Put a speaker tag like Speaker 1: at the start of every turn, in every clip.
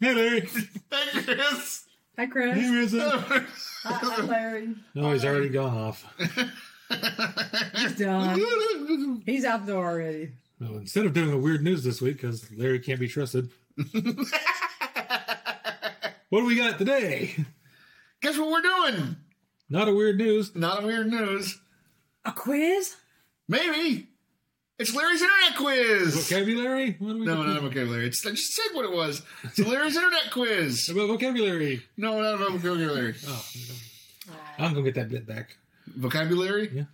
Speaker 1: Hey,
Speaker 2: Hey, Chris.
Speaker 3: Hi, Chris.
Speaker 1: There is it.
Speaker 3: Hi, Larry.
Speaker 1: No, he's already gone off.
Speaker 3: He's done. He's out the door already.
Speaker 1: Well, instead of doing a weird news this week, because Larry can't be trusted, what do we got today?
Speaker 2: Guess what we're doing?
Speaker 1: Not a weird news.
Speaker 2: Not a weird news.
Speaker 3: A quiz?
Speaker 2: Maybe. It's Larry's internet quiz.
Speaker 1: Vocabulary? What do we
Speaker 2: No,
Speaker 1: got?
Speaker 2: not a vocabulary. It's, I just said what it was. It's Larry's internet quiz.
Speaker 1: About vocabulary.
Speaker 2: No, not a vocabulary.
Speaker 1: Oh, I'm going to get that bit back.
Speaker 2: Vocabulary?
Speaker 1: Yeah.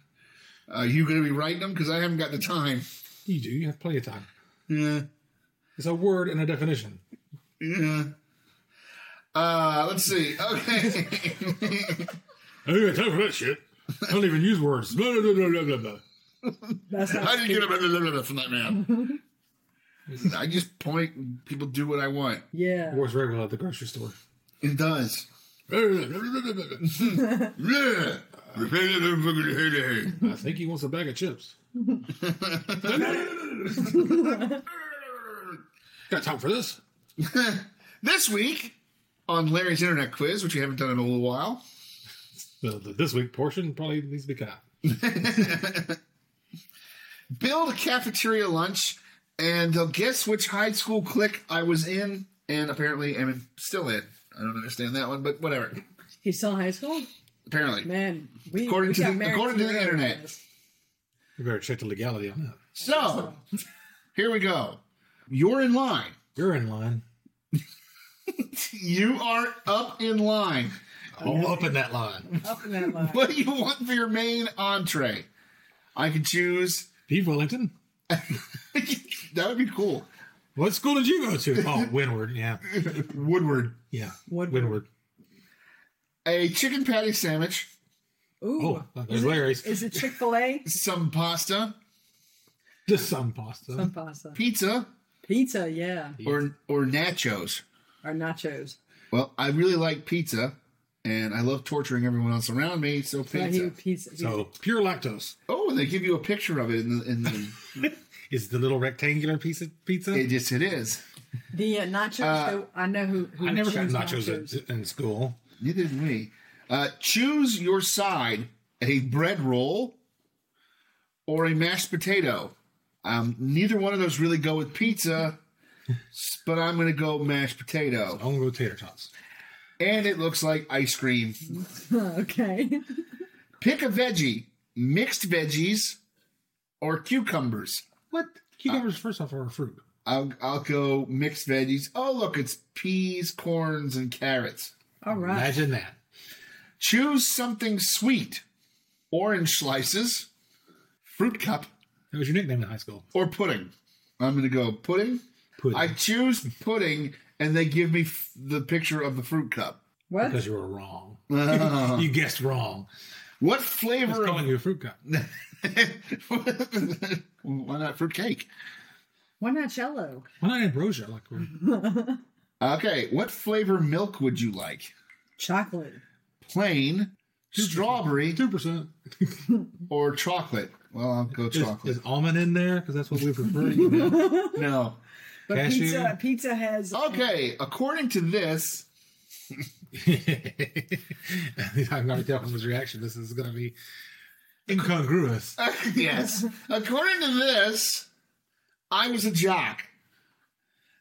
Speaker 2: Are you going to be writing them? Because I haven't got the time.
Speaker 1: You do. You have plenty of time.
Speaker 2: Yeah.
Speaker 1: It's a word and a definition.
Speaker 2: Yeah. Uh, let's see. Okay.
Speaker 1: I ain't got time for that shit. I don't even use words. Blah, blah, blah, blah, blah, blah.
Speaker 3: That's
Speaker 2: How
Speaker 3: not.
Speaker 2: do you get a blah, blah, blah, blah from that man? I just point. and People do what I want.
Speaker 3: Yeah.
Speaker 1: Works very well at the grocery store.
Speaker 2: It does.
Speaker 1: I
Speaker 2: Yeah.
Speaker 1: think he wants a bag of chips. Got time for this?
Speaker 2: this week on Larry's internet quiz, which we haven't done in a little while.
Speaker 1: The, the this week portion probably needs to be cut out.
Speaker 2: build a cafeteria lunch, and they'll guess which high school clique I was in, and apparently am still in. I don't understand that one, but whatever.
Speaker 3: He's still in high school?
Speaker 2: Apparently.
Speaker 3: Man, we.
Speaker 2: According
Speaker 3: we
Speaker 2: to
Speaker 3: got
Speaker 2: the-
Speaker 3: married
Speaker 2: according to the
Speaker 3: through
Speaker 2: internet.
Speaker 3: this.
Speaker 1: You better check the legality on that.
Speaker 2: So, here we go. You're in line.
Speaker 1: You're in line.
Speaker 2: You are up in line.
Speaker 1: All up in that line.
Speaker 3: Up in that line.
Speaker 2: What do you want for your main entree? I could choose.
Speaker 1: Pete Wellington.
Speaker 2: that would be cool.
Speaker 1: What school did you go to? Oh, Windward. Yeah.
Speaker 2: Woodward.
Speaker 1: Yeah.
Speaker 3: Woodward.
Speaker 1: Windward.
Speaker 2: A chicken patty sandwich,
Speaker 3: Ooh.
Speaker 1: Oh, there's Larry's.
Speaker 3: Is it Chick fil A?
Speaker 2: some pasta,
Speaker 1: Just some pasta.
Speaker 3: Some pasta.
Speaker 2: pizza,
Speaker 3: Pizza, yeah.
Speaker 2: or or nachos.
Speaker 3: Or nachos.
Speaker 2: Well, I really like pizza, and I love torturing everyone else around me. So
Speaker 3: Pizza. he,
Speaker 2: pizza.
Speaker 3: pizza.
Speaker 1: So pure lactose
Speaker 2: Oh, and they give you a picture of it in the. In the
Speaker 1: is the little rectangular piece of pizza.
Speaker 2: it just it is.
Speaker 3: the uh, nachos,
Speaker 2: Uh,
Speaker 3: though, I know who. who
Speaker 1: I never got
Speaker 3: chose
Speaker 1: nachos, In, in school.
Speaker 2: Neither did we. Uh, choose your side: a bread roll or a mashed potato. Um, neither one of those really go with pizza, s- but I'm going to go mashed potato.
Speaker 1: I'm gonna go tater tots.
Speaker 2: And it looks like ice cream.
Speaker 3: okay.
Speaker 2: Pick a veggie: mixed veggies or cucumbers.
Speaker 1: What cucumbers? first off, are a fruit.
Speaker 2: I'll I'll go mixed veggies. Oh look, it's peas, corns, and carrots.
Speaker 3: All right.
Speaker 1: Imagine that.
Speaker 2: Choose something sweet. Orange slices, fruit cup,
Speaker 1: That was your nickname in high school.
Speaker 2: or pudding. I'm gonna go pudding.
Speaker 1: Pudding.
Speaker 2: I choose pudding, and they give me f- the picture of the fruit cup.
Speaker 3: What?
Speaker 1: because you were wrong.
Speaker 2: Uh-huh.
Speaker 1: you guessed wrong.
Speaker 2: What
Speaker 1: I
Speaker 2: flavor?
Speaker 1: was
Speaker 2: Of-
Speaker 1: calling you a fruit cup.
Speaker 2: Why not fruit cake?
Speaker 3: Why not jello?
Speaker 1: Why not ambrosia? Like we're-
Speaker 2: Okay, what flavor milk would you like?
Speaker 3: Chocolate.
Speaker 2: Plain, strawberry,
Speaker 1: two percent.
Speaker 2: or chocolate? Well, I'll go
Speaker 1: Is,
Speaker 2: chocolate.
Speaker 1: is almond in there? Because that's what we prefer. You know?
Speaker 2: No.
Speaker 3: But
Speaker 1: Cashew.
Speaker 3: pizza pizza has
Speaker 2: Okay, according to this,
Speaker 1: I'm already telling from his reaction. This is going to be incongruous.
Speaker 2: yes, according to this, I was a jock,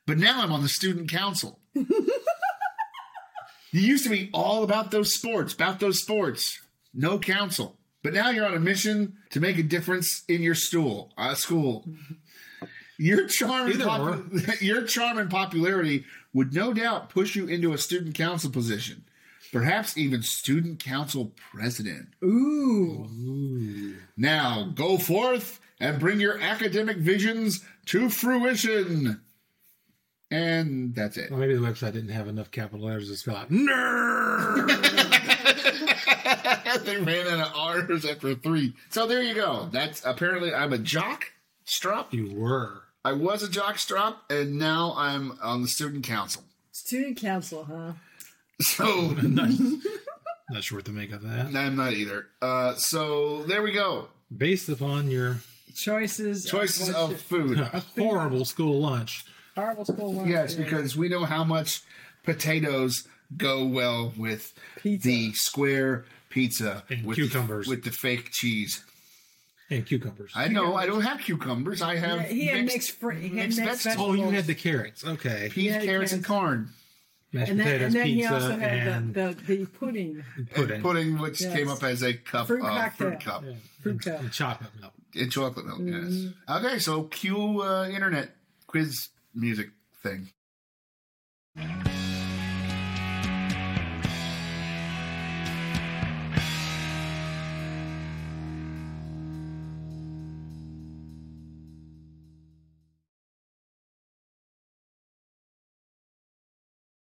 Speaker 2: but now I'm on the student council. you used to be all about those sports, about those sports, no council. But now you're on a mission to make a difference in your stool, uh, school. Your charm, and
Speaker 1: Either
Speaker 2: popu- your charm and popularity would no doubt push you into a student council position, perhaps even student council president.
Speaker 3: ooh.
Speaker 2: Oh.
Speaker 1: Ooh.
Speaker 2: Now go forth and bring your academic visions to fruition. And that's it.
Speaker 1: Well, maybe the website didn't have enough capital letters to spell out nerd.
Speaker 2: they ran out of R's after three. So there you go. That's apparently I'm a jock strop.
Speaker 1: you were.
Speaker 2: I was a jock strop, and now I'm on the student council.
Speaker 3: Student council, huh?
Speaker 2: So
Speaker 1: not, not sure what to make of that.
Speaker 2: I'm not either. Uh, so there we go.
Speaker 1: Based upon your
Speaker 3: Choices. of
Speaker 2: Choices
Speaker 3: what
Speaker 2: of
Speaker 3: should-
Speaker 2: food.
Speaker 1: horrible school lunch,
Speaker 3: Horrible school lunch.
Speaker 2: Yes,
Speaker 3: yeah.
Speaker 2: because we know how much potatoes go well with
Speaker 3: Pizza.
Speaker 2: the square pizza
Speaker 1: And
Speaker 2: with
Speaker 1: cucumbers.
Speaker 2: the, with the fake cheese.
Speaker 1: and cucumbers.
Speaker 2: I know I don't have cucumbers. I have
Speaker 3: Yeah, he had mixed, fr- he had
Speaker 2: mixed
Speaker 3: mixed
Speaker 2: vegetables.
Speaker 1: oh,
Speaker 3: vegetables.
Speaker 1: you had the carrots. Okay.
Speaker 2: peas,
Speaker 3: Yeah, you
Speaker 2: carrots,
Speaker 3: can.
Speaker 2: and corn
Speaker 1: Mashed
Speaker 3: and, that,
Speaker 1: potatoes,
Speaker 3: and then he
Speaker 1: pizza,
Speaker 3: also had
Speaker 1: and
Speaker 3: the, the, the pudding.
Speaker 1: pudding.
Speaker 2: and pudding, which
Speaker 3: Yes.
Speaker 2: came up as a cup
Speaker 3: Fruit
Speaker 2: of fruit
Speaker 3: cocktail.
Speaker 2: cup
Speaker 1: Yeah,
Speaker 3: Fruit
Speaker 1: and,
Speaker 3: cup.
Speaker 1: and chocolate milk.
Speaker 2: and chocolate milk. Yes.
Speaker 3: Mm-hmm.
Speaker 2: Okay, so cue uh, internet quiz music thing.